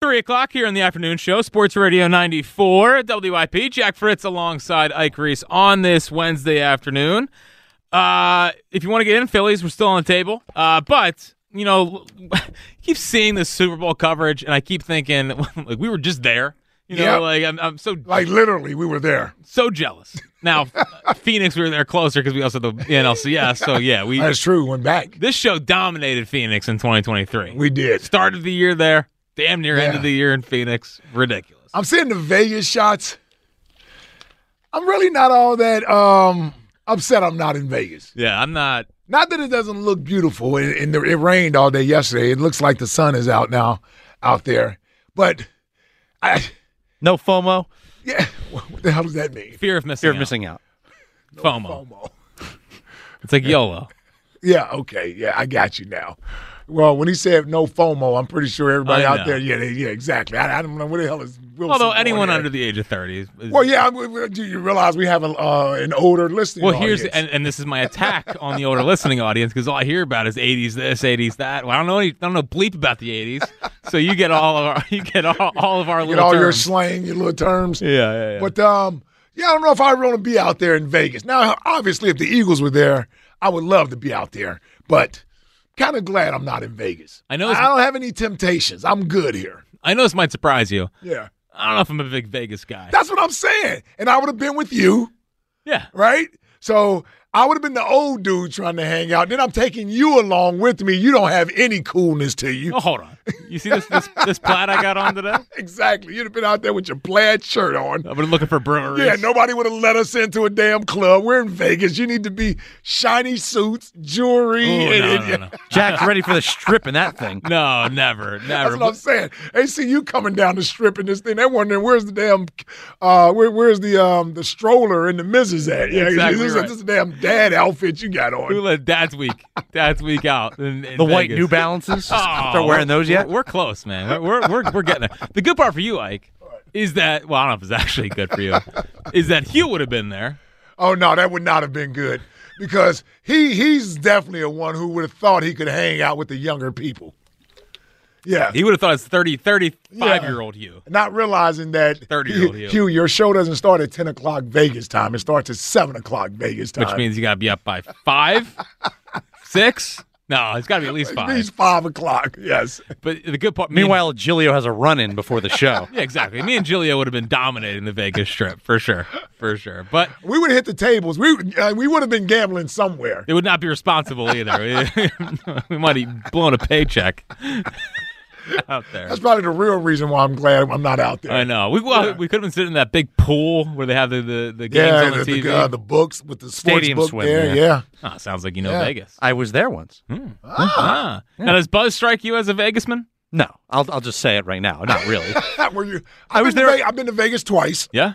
3 o'clock here on the afternoon show, Sports Radio 94, WIP. Jack Fritz alongside Ike Reese on this Wednesday afternoon. Uh, if you want to get in, Phillies, we're still on the table. Uh, but, you know, keep seeing this Super Bowl coverage, and I keep thinking, like, we were just there. You know, Yeah. like, I'm, I'm so Like literally, we were there. so jealous. Now, Phoenix, we were there closer because we also had the NLCS. So, yeah, we That's true. Went back. this show dominated Phoenix in 2023. We did. Started the year there, damn near end Yeah. of the year in Phoenix. Ridiculous. I'm seeing the Vegas shots. I'm really not all that um, upset. I'm not in Vegas. Yeah, I'm not. Not that it doesn't look beautiful, and, and there- it rained all day yesterday. It looks like the sun is out now, out there. But I, No FOMO. yeah, what the hell does that mean? Fear of missing. You're out. missing out. FOMO. FOMO. It's like YOLO. Yeah, okay, yeah, I got you now. Well, when he said no FOMO, I'm pretty sure everybody I out know. there, yeah, they- yeah, exactly. I, I don't know what the hell is. Wilson Although going anyone at? under the age of 30 is. is- Well, yeah. I- we- we- Do you realize we have a, uh, an older listening? well, here's audience? and, and this is my attack on the older listening audience because all I hear about is 80s this, 80s that. Well, I don't know, any, I don't know bleep about the 80s, so you get all of our, you get all, all of our Get little all your terms. slang, your little terms. yeah, yeah, yeah. But um, yeah, I don't know if I want to be out there in Vegas. Now, obviously, if the Eagles were there, I would love to be out there. But kind of glad I'm not in Vegas. I know it's- I don't have any temptations. I'm good here. I know this might surprise you. Yeah, I don't know if I'm a big Vegas guy. that's what I'm saying. And I would have been with you, Yeah, right? So I would have been the old dude trying to hang out. Then I'm taking you along with me. You don't have any coolness to you. Oh, hold on. You see this this, this plaid I got on today? Exactly. You'd have been out there with your plaid shirt on. I've been looking for breweries. Yeah, nobody would have let us into a damn club. We're in Vegas. You need to be shiny suits, jewelry. Ooh, and- Oh, no, and- no, no, Jack's ready for the strip in that thing. no, never, That's never. what I'm saying. They see you coming down the strip in this thing. They're wondering where's the damn, uh, where, where's the um the stroller and the missus at? Yeah, Exactly this, is- right. this is a damn dad outfit you got We on. let Dad's week, Dad's week out. In, in The white Vegas. New Balances. Oh, They're wearing those yet? We're, we're close, man. We're, we're we're we're getting there. The good part for you, Ike, is that well, I don't know if it's actually good for you, is that Hugh would have been there. Oh no, that would not have been good because he he's definitely a one who would have thought he could hang out with the younger people. Yeah, He would have thought it's 30, 35 year old Hugh. not realizing that 30-year-old Hugh, you. Hugh, your show doesn't start at 10 o'clock Vegas time. It starts at 7 o'clock Vegas time. Which means you gotta be up by five, six. No, it's gotta be at least It means five. 5 o'clock, yes. But the good part. me and- Meanwhile, Gilio has a run in before the show. Yeah, exactly. Me and Julia would have been dominating the Vegas Strip for sure, for sure. But We would have hit the tables. We, uh, we would have been gambling somewhere. it would not be responsible either. we might be blowing a paycheck out there. That's probably the real reason why I'm glad I'm not out there. I know. We well, we could have been sitting in that big pool where they have the the, the games Yeah, on the, the, TV. the, uh, the books with the sports Stadium book swim, there. yeah. Yeah. Ah, sounds like you know Yeah. Vegas. I was there once. Hmm? Ah. Now does Buzz strike you as a Vegas man? No, I'll, I'll just say it right now. Not really. Were you? I've was been To there- Vegas, I've been to Vegas twice. Yeah.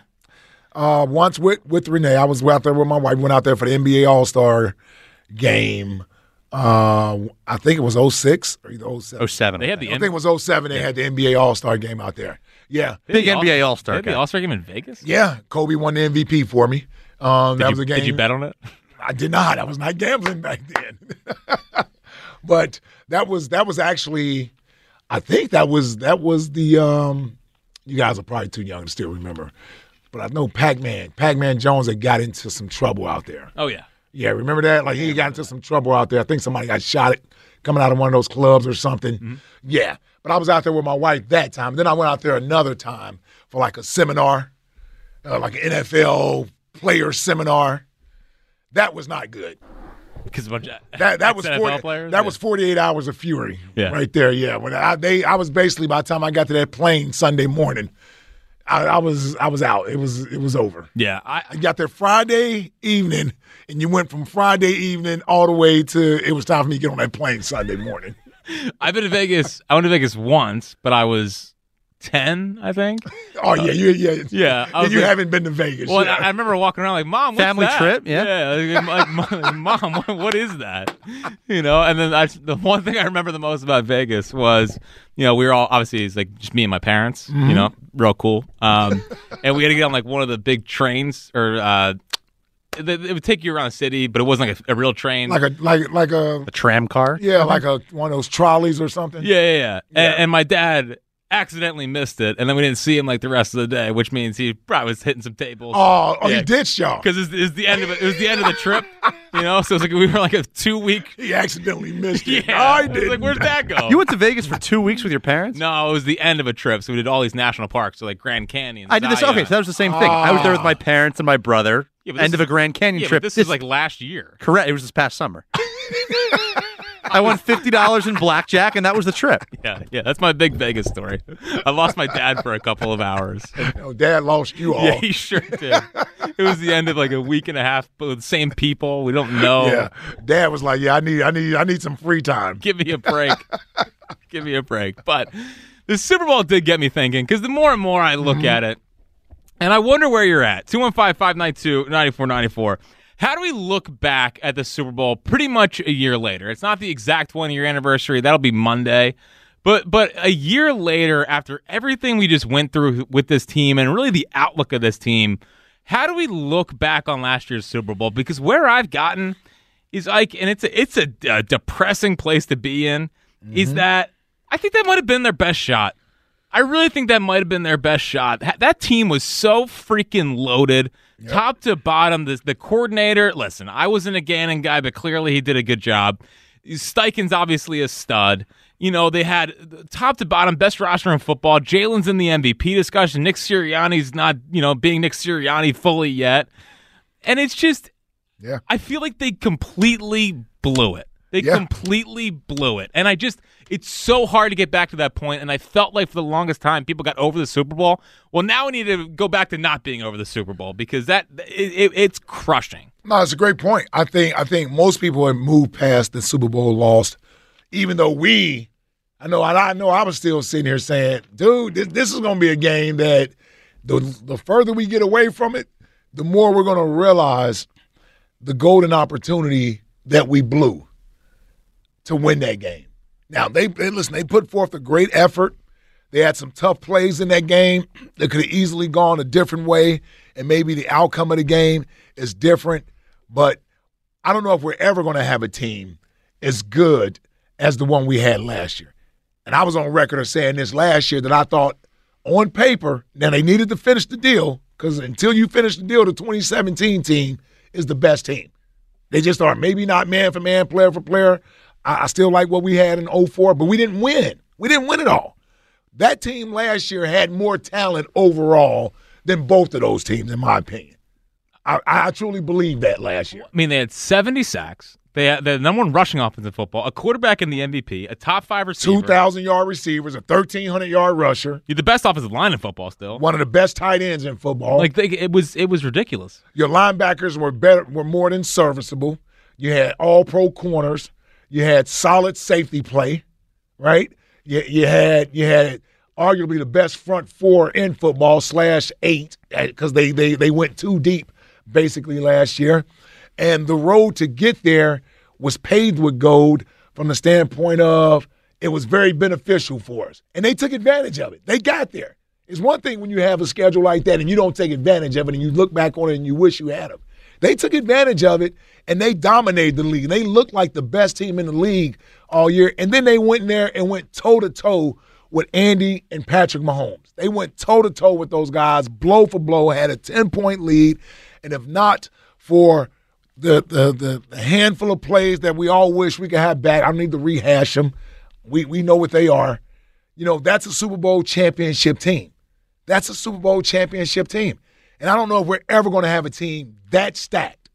Uh, once with with Renee. I was out there with my wife. Went out there for the NBA All Star game. Uh, I think it was 06 or oh either 07. 07. They had the I think it was 07. They had the NBA All Star game out there. Yeah. big NBA All-Star The game. All Star game in Vegas. Yeah. Kobe won the MVP for me. Um, Did that was you, a game. did you bet on it? I did not. I was not gambling back then. but that was that was actually I think that was that was the um you guys are probably too young to still remember. But I know Pac-Man, Pac-Man Jones had got into some trouble out there. Oh yeah. Yeah, remember that? Like he got into some trouble out there. I think somebody got shot at coming out of one of those clubs or something. Yeah. But I was out there with my wife that time. Then I went out there another time for like a seminar, uh, like an NFL player seminar. That was not good. Because a bunch of That that was ex-NFL 40, players. that Yeah. was 48 hours of fury Yeah. right there. Yeah. When I they I was basically by the time I got to that plane Sunday morning, I, I was I was out. It was it was over. yeah. I I got there Friday evening, and you went from Friday evening all the way to it was time for me to get on that plane Sunday morning. I've been to Vegas. I went to Vegas once, but I was ten, I think. Oh yeah, you yeah yeah, Uh, I was you like- haven't been to Vegas. Well, and yeah. I, I remember walking around like, "Mom, what's Family that?" trip, yeah. yeah. Like, like, "Mom- mom, what, what is that? You know. And then I, the one thing I remember the most about Vegas was, you know, we were all obviously it's like just me and my parents. You know, real cool. Um, and we had to get on like one of the big trains, or uh, it, it would take you around the city, but it wasn't like a, a real train. like a like like a A tram car? yeah like a one of those trolleys or something. Uh-huh. Yeah, yeah, yeah. A- Yeah. And, my dad accidentally missed it, and then we didn't see him like the rest of the day, which means he probably was hitting some tables. Oh, oh, Yeah. he ditched y'all. Because it's, it's the end of it. It was the end of the trip, you know. So it's like we were like a two week. He accidentally missed Yeah, it. No, I It's did. like where'd that go? You went to Vegas for two weeks with your parents? Oh. no, it was the end of a trip. So we did all these national parks, so like Grand Canyon. I did this. Zion. Okay, so that was the same thing. I was there with my parents and my brother. Ah. Yeah, but this end of is- a Grand Canyon yeah, but trip. this, is like last year. correct. It was this past summer. I won fifty dollars in blackjack, and that was the trip. Yeah, yeah. That's my big Vegas story. I lost my dad for a couple of hours. No, Dad lost you all. Yeah, he sure did. It was the end of like a week and a half, but with the same people. We don't know. Yeah. Dad was like, "Yeah, I need, I need, I need some free time." give me a break. give me a break. But the Super Bowl did get me thinking because the more and more I look at it, and I wonder where you're at 215 592 9494. How do we look back at the Super Bowl pretty much a year later? It's not the exact one year anniversary, that'll be Monday. But, but a year later, after everything we just went through with this team and really the outlook of this team, how do we look back on last year's Super Bowl? Because where I've gotten is like, and it's a, it's a, uh depressing place to be in. Is that I think that might have been their best shot. I really think that might have been their best shot. Ha- That team was so freaking loaded, top to bottom. The, the coordinator, listen, I wasn't a Gannon guy, but clearly he did a good job. Steichen's obviously a stud. You know, they had the top to bottom best roster in football. Jalen's in the MVP discussion. Nick Sirianni's not, you know, being Nick Sirianni fully yet. And it's just, Yeah. I feel like they completely blew it. They Yeah. completely blew it. And I just, it's so hard to get back to that point, And I felt like for the longest time, people got over the Super Bowl. Well, now we need to go back to not being over the Super Bowl because that, it, it, it's crushing. No, it's a great point. I think I think most people have moved past the Super Bowl loss, even though we, I know, and I know, I was still sitting here saying, "Dude, this, this is going to be a game that the the further we get away from it, the more we're going to realize the golden opportunity that we blew to win that game." Now they, they listen. They put forth a great effort. They had some tough plays in that game that could have easily gone a different way, and maybe the outcome of the game is different. But I don't know if we're ever going to have a team as good as the one we had last year. And I was on record of saying this last year that I thought on paper, now they needed to finish the deal because until you finish the deal, the 2017 team is the best team. They just are maybe not man for man, player for player. I, I still like what we had in 04, but we didn't win. We didn't win at all. That team last year had more talent overall than both of those teams, in my opinion. I, I truly believe that last year. I mean, they had 70 sacks. They had the number one rushing offense in football, a quarterback in the MVP, a top five receiver. Two thousand yard receivers, a thirteen hundred yard rusher, You're the best offensive line in football still. one of the best tight ends in football. Like they, it was, it was ridiculous. Your linebackers were better, were more than serviceable. You had all pro corners. You had solid safety play, right? You, you had you had arguably the best front four in football slash eight because they they they went too deep basically last year, and the road to get there was paved with gold from the standpoint of it was very beneficial for us, and they took advantage of it. They got there. It's one thing when you have a schedule like that and you don't take advantage of it and you look back on it and you wish you had them. They took advantage of it and they dominated the league. They looked like the best team in the league all year. And then they went in there and went toe to toe with Andy and Patrick Mahomes. They went toe to toe with those guys, blow for blow, had a 10 point lead. And if not for the, the, the handful of plays that we all wish we could have back, I don't need to rehash them. We, we know what they are. You know, that's a Super Bowl championship team. That's a Super Bowl championship team. And I don't know if we're ever going to have a team that stacked.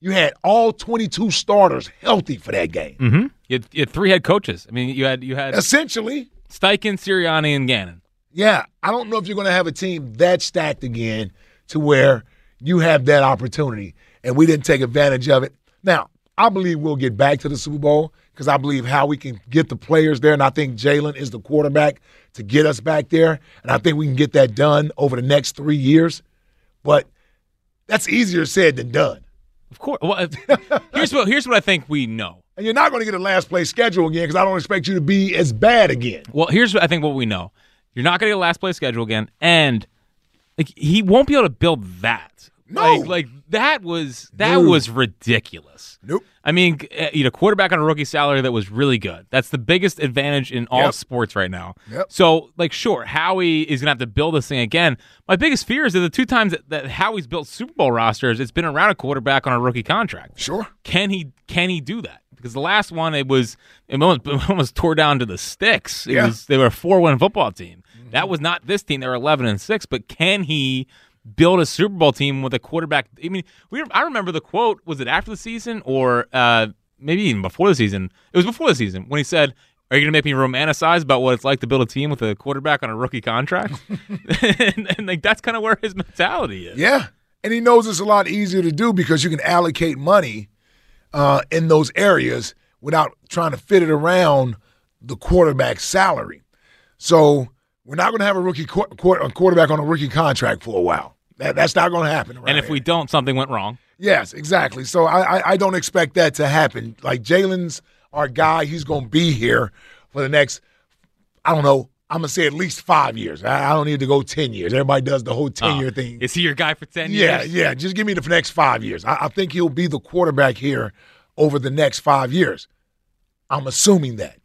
You had all 22 starters healthy for that game. Mm-hmm. You had, you had three head coaches. I mean, you had you had Essentially, Steichen, Sirianni, and Gannon. yeah, I don't know if you're going to have a team that stacked again to where you have that opportunity. And we didn't take advantage of it. Now, I believe we'll get back to the Super Bowl. because I believe how we can get the players there, and I think Jalen is the quarterback to get us back there, and I think we can get that done over the next three years. But that's easier said than done. Of course. Well, if- here's what here's what I think we know. And you're not going to get a last place schedule again because I don't expect you to be as bad again. Well, here's what I think what we know. You're not going to get a last play schedule again, and like he won't be able to build that. No. like, like that was that No. was ridiculous. Nope. I mean, g- uh, you know, quarterback on a rookie salary that was really good. That's the biggest advantage in all Yep. sports right now. Yep. So, like, sure, Howie is gonna have to build this thing again. My biggest fear is that the two times that, that Howie's built Super Bowl rosters, it's been around a quarterback on a rookie contract Sure. can he can he do that? Because the last one it was it almost, it almost tore down to the sticks. It Yeah. Mm-hmm. was they were a four one football team. That was not this team. They were eleven and six. But can he build a Super Bowl team with a quarterback? I mean, we I remember the quote was it after the season or uh, maybe even before the season? It was before the season when he said. Are you going to make me romanticize about what it's like to build a team with a quarterback on a rookie contract? and, and like that's kind of where his mentality is. Yeah. And he knows it's a lot easier to do because you can allocate money uh, in those areas without trying to fit it around the quarterback's salary. So we're not going to have a rookie qu- qu- a quarterback on a rookie contract for a while. That, that's not going to happen. around and if here. we don't, something went wrong. Yes, exactly. So I, I, I don't expect that to happen. Like Jalen's our guy. He's going to be here for the next, I don't know, I'm going to say at least five years. I, I don't need to go 10 years. Everybody does the whole 10 year Uh, thing. Is he your guy for ten Yeah, years? yeah. Just give me the next five years. I, I think he'll be the quarterback here over the next five years. I'm assuming that.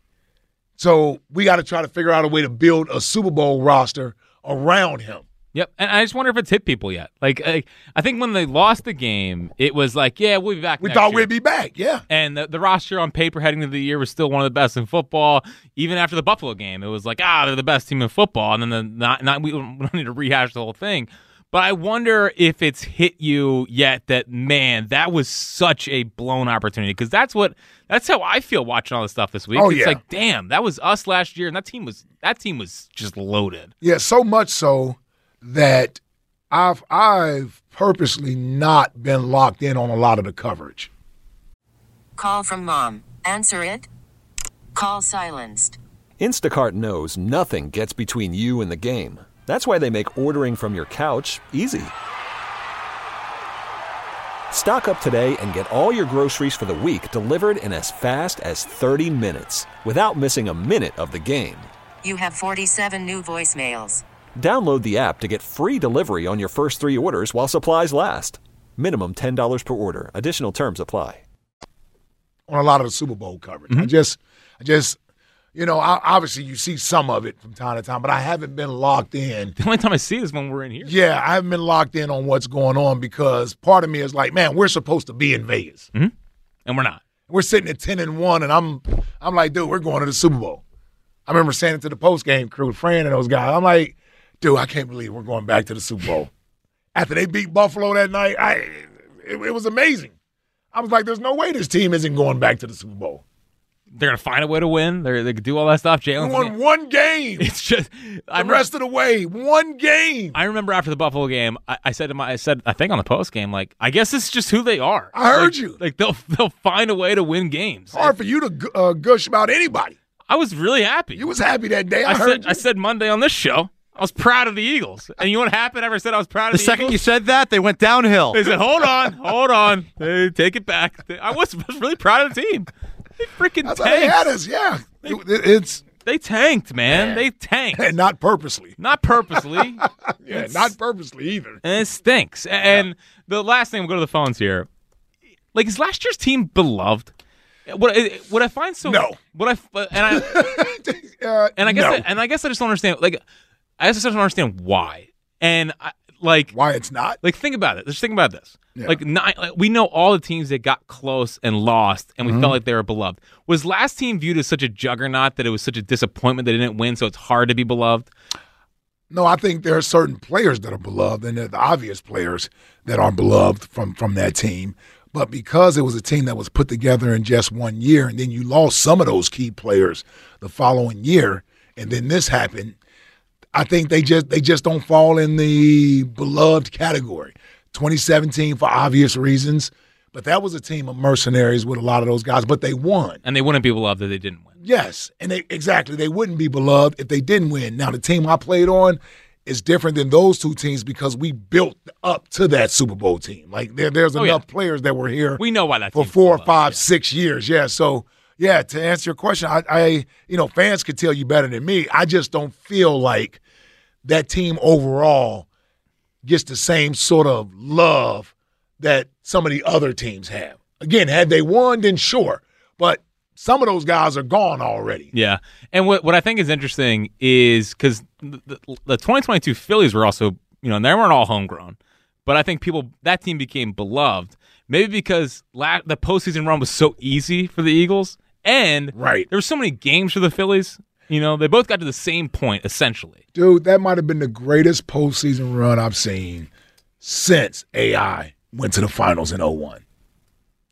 So we got to try to figure out a way to build a Super Bowl roster around him. Yep. And I just wonder if it's hit people yet. Like, I, I think when they lost the game, it was like, yeah, we'll be back. We next thought year. we'd be back. Yeah. And the, the roster on paper heading into the year was still one of the best in football. Even after the Buffalo game, it was like, ah, they're the best team in football. And then the not, not we don't need to rehash the whole thing. But I wonder if it's hit you yet that man, that was such a blown opportunity because that's what that's how I feel watching all this stuff this week. Oh, it's yeah. like, damn, that was us last year, and that team was that team was just loaded. Yeah, so much so that I've I've purposely not been locked in on a lot of the coverage. Call from mom. Answer it. Call silenced. Instacart knows nothing gets between you and the game. That's why they make ordering from your couch easy. Stock up today and get all your groceries for the week delivered in as fast as 30 minutes without missing a minute of the game. You have 47 new voicemails. Download the app to get free delivery on your first three orders while supplies last. Minimum $10 per order. Additional terms apply. on a lot of the Super Bowl coverage. Mm-hmm. I just, I just, you know, I, obviously you see some of it from time to time, but I haven't been locked in. The only time I see this when we're in here. Yeah, I haven't been locked in on what's going on because part of me is like, man, we're supposed to be in Vegas. Mm-hmm. and we're not. We're sitting at ten and one, and I'm, I'm like, dude, we're going to the Super Bowl. I remember saying it to the post game crew, Fran and those guys. I'm like, dude, I can't believe we're going back to the Super Bowl. After they beat Buffalo that night, I, it, it was amazing. I was like, there's no way this team isn't going back to the Super Bowl. They're gonna find a way to win. They're, they could do all that stuff. We Jalen, won one game. it's just I the remember, rest of the way. One game. I remember after the Buffalo game, I, I said to my, I said I think on the post game, like I guess this is just who they are. I heard Like- you. Like they'll they'll find a way to win games. It's hard for you to gu- uh, gush about anybody. I was really happy. You was happy that day. I, I heard. said I said Monday on this show, I was proud of the Eagles. And you know what happened? Ever said I was proud of The the, second you Eagles? said that, they went downhill. they said, "Hold on, hold on, Hey, take it back." I was, was really proud of the team. They freaking That's how they had tanked. us. Yeah, It- it- it's They tanked, man. They tanked, and not purposely. not purposely. Yeah, not purposely either. and it stinks. A- And the last thing, we'll go to the phones here. Like, is last year's team beloved? What I- what I find so No. What I f- and I Uh, and I guess no. I, and I guess I just don't understand. Like, I guess I just don't understand why. And I, like why it's not. like think about it. Just think about this. Yeah. Like, nine, like we know all the teams that got close and lost, and we Mm-hmm. felt like they were beloved. Was last team viewed as such a juggernaut that it was such a disappointment they didn't win, so it's hard to be beloved? No, I think there are certain players that are beloved, and they're the obvious players that are beloved from from that team. But because it was a team that was put together in just one year, and then you lost some of those key players the following year, and then this happened. I think they just they just don't fall in the beloved category. 2017 for obvious reasons, But that was a team of mercenaries with a lot of those guys, but they won. And they wouldn't be loved if they didn't win. Yes, and they exactly they wouldn't be beloved if they didn't win. Now the team I played on is different than those two teams because we built up to that Super Bowl team. Like there, there's Oh, enough yeah. players that were here We know why that for team's four, beloved, five, six years. Yeah, so yeah. To answer your question, I, I you know fans could tell you better than me. I just don't feel like that team overall gets the same sort of love that some of the other teams have. Again, had they won, then sure, but some of those guys are gone already. Yeah, and what what I think is interesting is because the, the, the 2022 Phillies were also you know and they weren't all homegrown, but I think people that team became beloved maybe because la- the postseason run was so easy for the Eagles and Right. there were so many games for the Phillies. You know they both got to the same point essentially. Dude, that might have been the greatest postseason run I've seen since AI went to the finals in 01.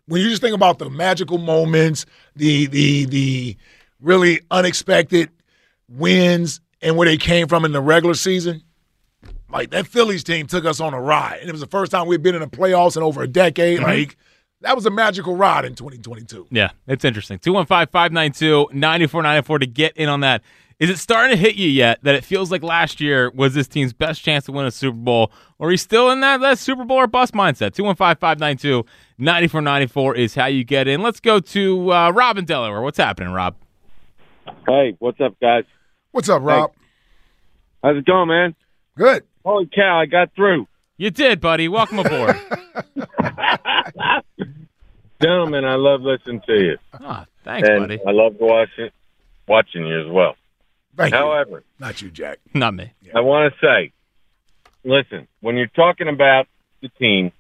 When you just think about the magical moments, the the the really unexpected wins and where they came from in the regular season, like that Phillies team took us on a ride. And it was the first time we'd been in the playoffs in over a decade. Like that was a magical ride in 2022. Yeah, it's interesting. 215 592 9494 to get in on that. Is it starting to hit you yet that it feels like last year was this team's best chance to win a Super Bowl? Or are you still in that, that Super Bowl or bust mindset? 215 592 9494 is how you get in. Let's go to uh, Rob in Delaware. What's happening, Rob? Hey, what's up, guys? What's up, Rob? How's it going, man? Good. Holy cow, I got through. You did, buddy. Welcome aboard. Gentlemen, I love listening to you. Ah, thanks, and buddy. I love watching, watching you as well. Thank you. However, Not you, Jack. Not me. I want to say, listen, when you're talking about the team,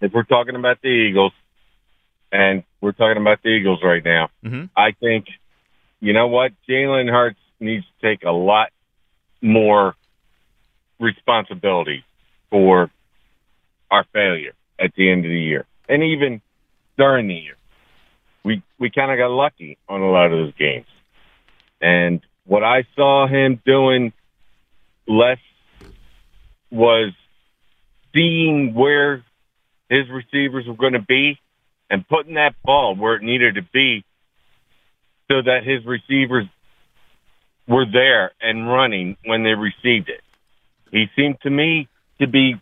if we're talking about the Eagles, and we're talking about the Eagles right now, Mhm. I think, you know what? Jalen Hurts needs to take a lot more responsibility for our failure at the end of the year and even during the year. We, we kind of got lucky on a lot of those games. And what I saw him doing less was seeing where his receivers were going to be and putting that ball where it needed to be so that his receivers were there and running when they received it. He seemed to me to be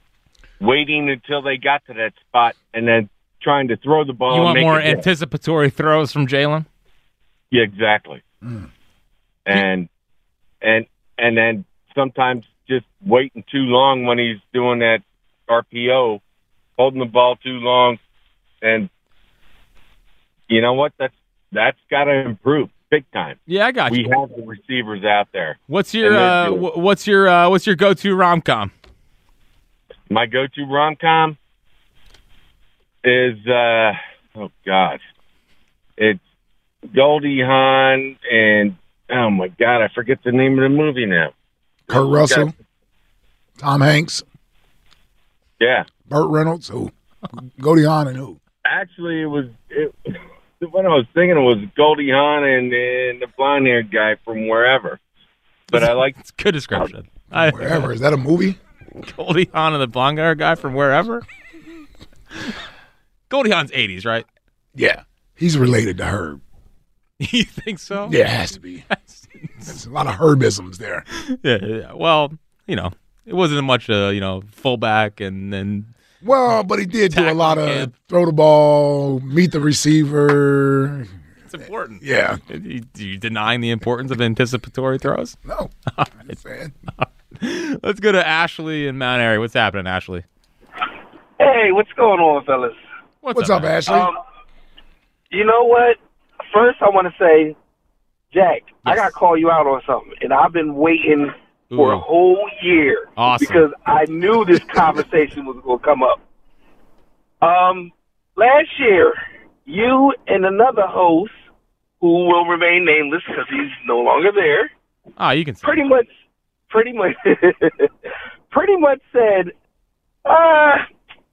waiting until they got to that spot and then trying to throw the ball. You and want uh, make more a hit. anticipatory throws from Jalen? Yeah, exactly. And and and then sometimes just waiting too long when he's doing that RPO, holding the ball too long, and you know what? That's that's got to improve big time. Yeah, I got We you. have the receivers out there. What's your And then uh, do it. wh- what's your uh, what's your go to rom com? My go-to rom-com is uh, oh god, it's Goldie Hawn and oh my god, I forget the name of the movie now. Kurt Russell, Tom Hanks. Yeah. Burt Reynolds, who? Goldie Hawn and who? Actually, it was it. What I was thinking was Goldie Hawn and, and the blonde-haired guy from wherever. But I like It's a good description. I, Wherever. Is that a movie? Goldie Hawn and the blonde hair guy from wherever. Goldie Hawn's 80s, right? Yeah. He's related to Herb. You think so? Yeah, it has to be. There's a lot of herbisms there. yeah, yeah. Well, you know, it wasn't much, uh, you know, fullback and then. Well, but he did do a lot of Tackle, yeah. throw the ball, meet the receiver. It's important. Yeah. You, you denying the importance of anticipatory throws? No. I'm just saying. Let's go to Ashley in Mount Airy. What's happening, Ashley? Hey, what's going on, fellas? What's up, man? Ashley? Um, you know what? First, I want to say, Jack, I Yes. got to call you out on something, and I've been waiting for Ooh. a whole year Awesome. because I knew this conversation was going to come up. Um, last year, you and another host, who will remain nameless because he's no longer there, Ah, you can say. pretty much, pretty much, pretty much said, uh,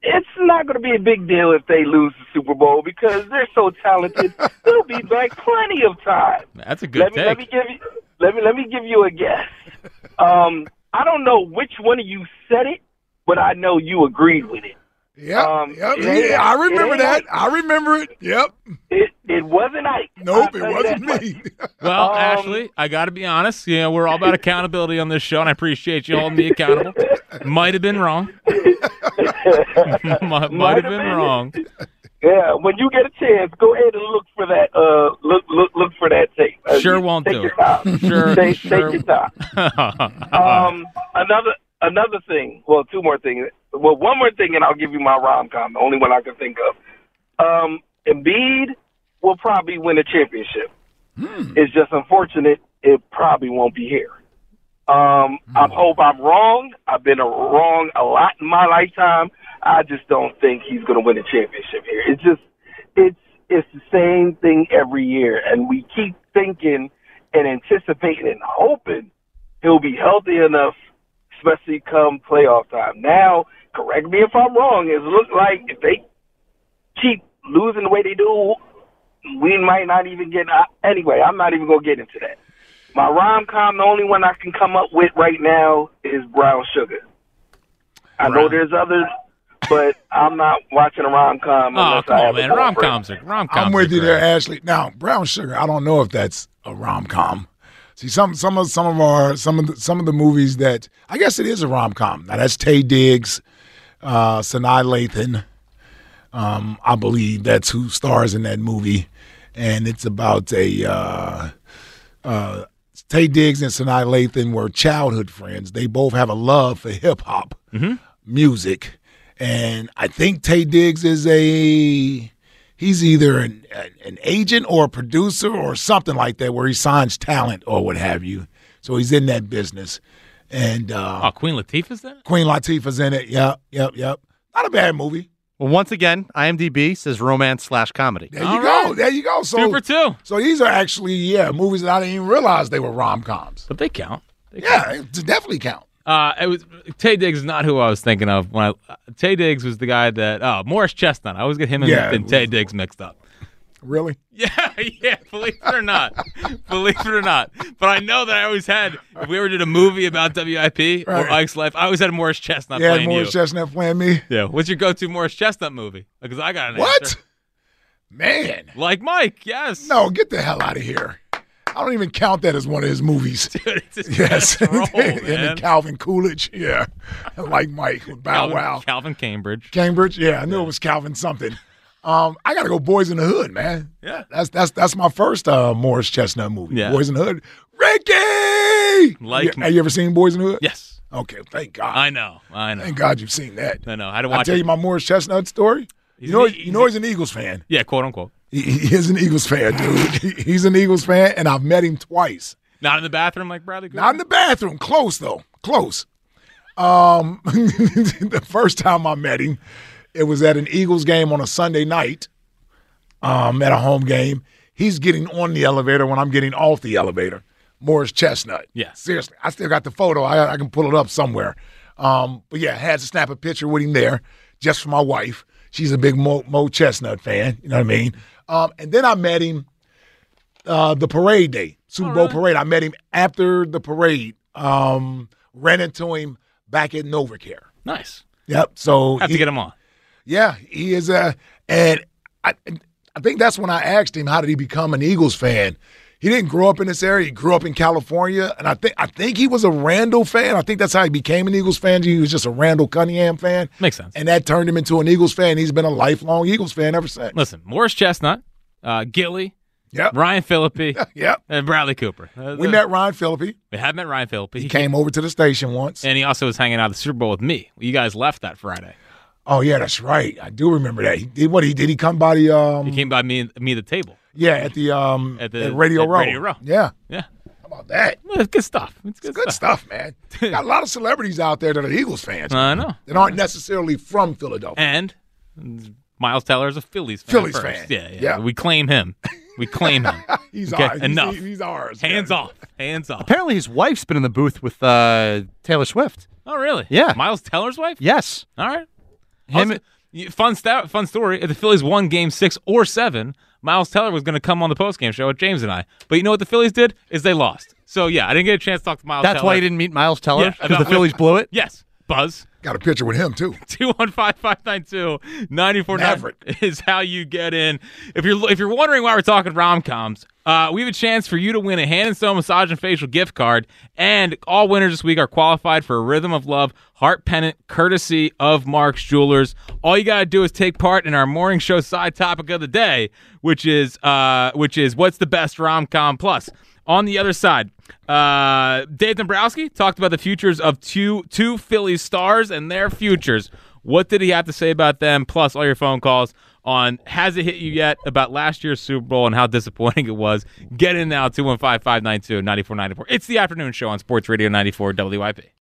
it's not going to be a big deal if they lose the Super Bowl because they're so talented. They'll be back plenty of time. That's a good Let me, take. let me give you, let me, let me give you a guess. Um, I don't know which one of you said it, but I know you agreed with it. Yep. Um, yep. it ain't- Yeah, I remember it that. ain't- I remember it. Yep. It, it wasn't Ike. Nope, I'll it tell you wasn't that much. me. Well, Um, Ashley, I got to be honest. You know, we're all about accountability on this show, and I appreciate you holding me accountable. Might have been wrong. might, might have been been. wrong. Yeah, when you get a chance, go ahead and look for that. Uh, look, look, look for that tape. Uh, Sure you won't take do your it. time. Sure, take, sure. take your time. Um, another another thing. Well, two more things. Well, one more thing, and I'll give you my rom com, the only one I can think of. Um, Embiid will probably win a championship. It's just unfortunate it probably won't be here. Um, I hope I'm wrong. I've been wrong a lot in my lifetime. I just don't think he's going to win a championship here. It's just it's it's the same thing every year, and we keep thinking and anticipating and hoping he'll be healthy enough, especially come playoff time. Now, correct me if I'm wrong. It looks like if they keep losing the way they do, we might not even get. Uh, anyway, I'm not even gonna get into that. My rom com, the only one I can come up with right now is Brown Sugar. I know there's others, but I'm not watching a rom com. Oh, come on, man. Rom coms are rom coms. I'm with you there, Ashley. Now, brown sugar. I don't know if that's a rom com. See, some some of some of our some of the, some of the movies that I guess it is a rom com. Now that's Tay Diggs, uh, Sanaa Lathan. Um, I believe that's who stars in that movie, and it's about a. Uh, uh, Tay Diggs and Sanaa Lathan were childhood friends. They both have a love for hip hop music, and I think Tay Diggs is a he's either an, an an agent or a producer or something like that, where he signs talent or what have you. So he's in that business, and uh, Oh, Queen Latifah's in it? Queen Latifah's in it. Yep, yep, yep. Not a bad movie. Well, once again, IMDb says romance slash comedy. There All you go. right. There you go. So Two for two. so these are actually yeah movies that I didn't even realize they were rom coms. But they count. They Yeah, it definitely count. Uh, it was Tay Diggs is not who I was thinking of when I Tay Diggs was the guy that oh Morris Chestnut. I always get him and, Yeah. and Tay Diggs mixed up. Really? Yeah, yeah, believe it or not. believe it or not. But I know that I always had if we ever did a movie about WIP or Right. Ike's life, I always had Morris Chestnut Yeah, playing Morris you. Chestnut playing me. yeah. What's your go to Morris Chestnut movie? Because I got an What? answer. Man. Like Mike, yes. No, get the hell out of here. I don't even count that as one of his movies. Dude, it's his Yes. best role, and man. the Calvin Coolidge. Yeah. Like Mike with Bow Calvin, Wow. Calvin Cambridge. Cambridge. Yeah, I knew it was Calvin something. Um, I gotta go Boys in the Hood, man. Yeah. That's that's that's my first uh Morris Chestnut movie. Yeah. Boys in the Hood. Ricky Like- Yeah, have you ever seen Boys in the Hood? Yes. Okay, thank God. I know. I know. Thank God you've seen that. I know. I had to I watch tell it. you my Morris Chestnut story. He's You know, an E- you know he's an Eagles fan. yeah, quote unquote. He, he is an Eagles fan, dude. He- he's an Eagles fan, and I've met him twice. Not in the bathroom like Bradley Cooper. Not in the bathroom, close though, close. Um, the first time I met him, it was at an Eagles game on a Sunday night, um, at a home game. He's getting on the elevator when I'm getting off the elevator. Morris Chestnut. Yeah. Seriously, I still got the photo. I, I can pull it up somewhere. Um, but yeah, had to snap a picture with him there just for my wife. She's a big Mo, Mo Chestnut fan. You know what I mean? Um, and then I met him uh, the parade day, Super Bowl parade. I met him after the parade. Um, ran into him back at Novacare. nice. Yep. So Have he- to get him on. yeah, he is a, and I, I think that's when I asked him how did he become an Eagles fan. He didn't grow up in this area. He grew up in California, and I think I think he was a Randall fan. I think that's how he became an Eagles fan. He was just a Randall Cunningham fan, Makes sense. and that turned him into an Eagles fan. He's been a lifelong Eagles fan ever since. Listen, Morris Chestnut, uh, Gilly, Yep, Ryan Phillippe, yep. and Bradley Cooper. Uh, We the- met Ryan Phillippe. We have met Ryan Phillippe. He came over to the station once. and he also was hanging out at the Super Bowl with me. You guys left that Friday. Oh yeah, that's right. I do remember that. He did what he did. He come by the He um came by me, me at the table. yeah at the um At at the- the Radio at Row. Radio Row. Yeah, Yeah, how about that? Well, it's good stuff. It's good, Good stuff. stuff, man. Got a lot of celebrities out there that are Eagles fans I know. that aren't necessarily from Philadelphia. And Miles Teller is a Phillies fan. Phillies first. fan. Yeah, yeah, Yeah. We claim him. We claim him. He's Okay, ours. He's- enough. He's, ours. Hands man. off. Hands off. Apparently, his wife's been in the booth with uh, Taylor Swift. Oh, really? Yeah. Miles Teller's wife. Yes. All right. Him- Also, you- fun stat, fun story. If the Phillies won Game Six or Seven, Miles Teller was going to come on the postgame show with James and I. But you know what the Phillies did is they lost. So yeah, I didn't get a chance to talk to Miles. That's Teller. why he didn't meet Miles Yeah, Teller because about- the Phillies blew it. Yes, Buzz. Got a picture with him too. 215-592-9490 Maverick. is how you get in. If you're if you're wondering why we're talking rom-coms, uh, we have a chance for you to win a hand and stone massage and facial gift card, and all winners this week are qualified for a Rhythm of Love heart pennant courtesy of Mark's Jewelers. All you gotta do is take part in our morning show side topic of the day, which is uh, which is what's the best rom-com plus. On the other side, uh, Dave Dombrowski talked about the futures of two two Phillies stars and their futures. What did he have to say about them? Plus, all your phone calls on has it hit you yet about last year's Super Bowl and how disappointing it was. Get in now 215 592 9494. It's the afternoon show on Sports Radio 94 WIP.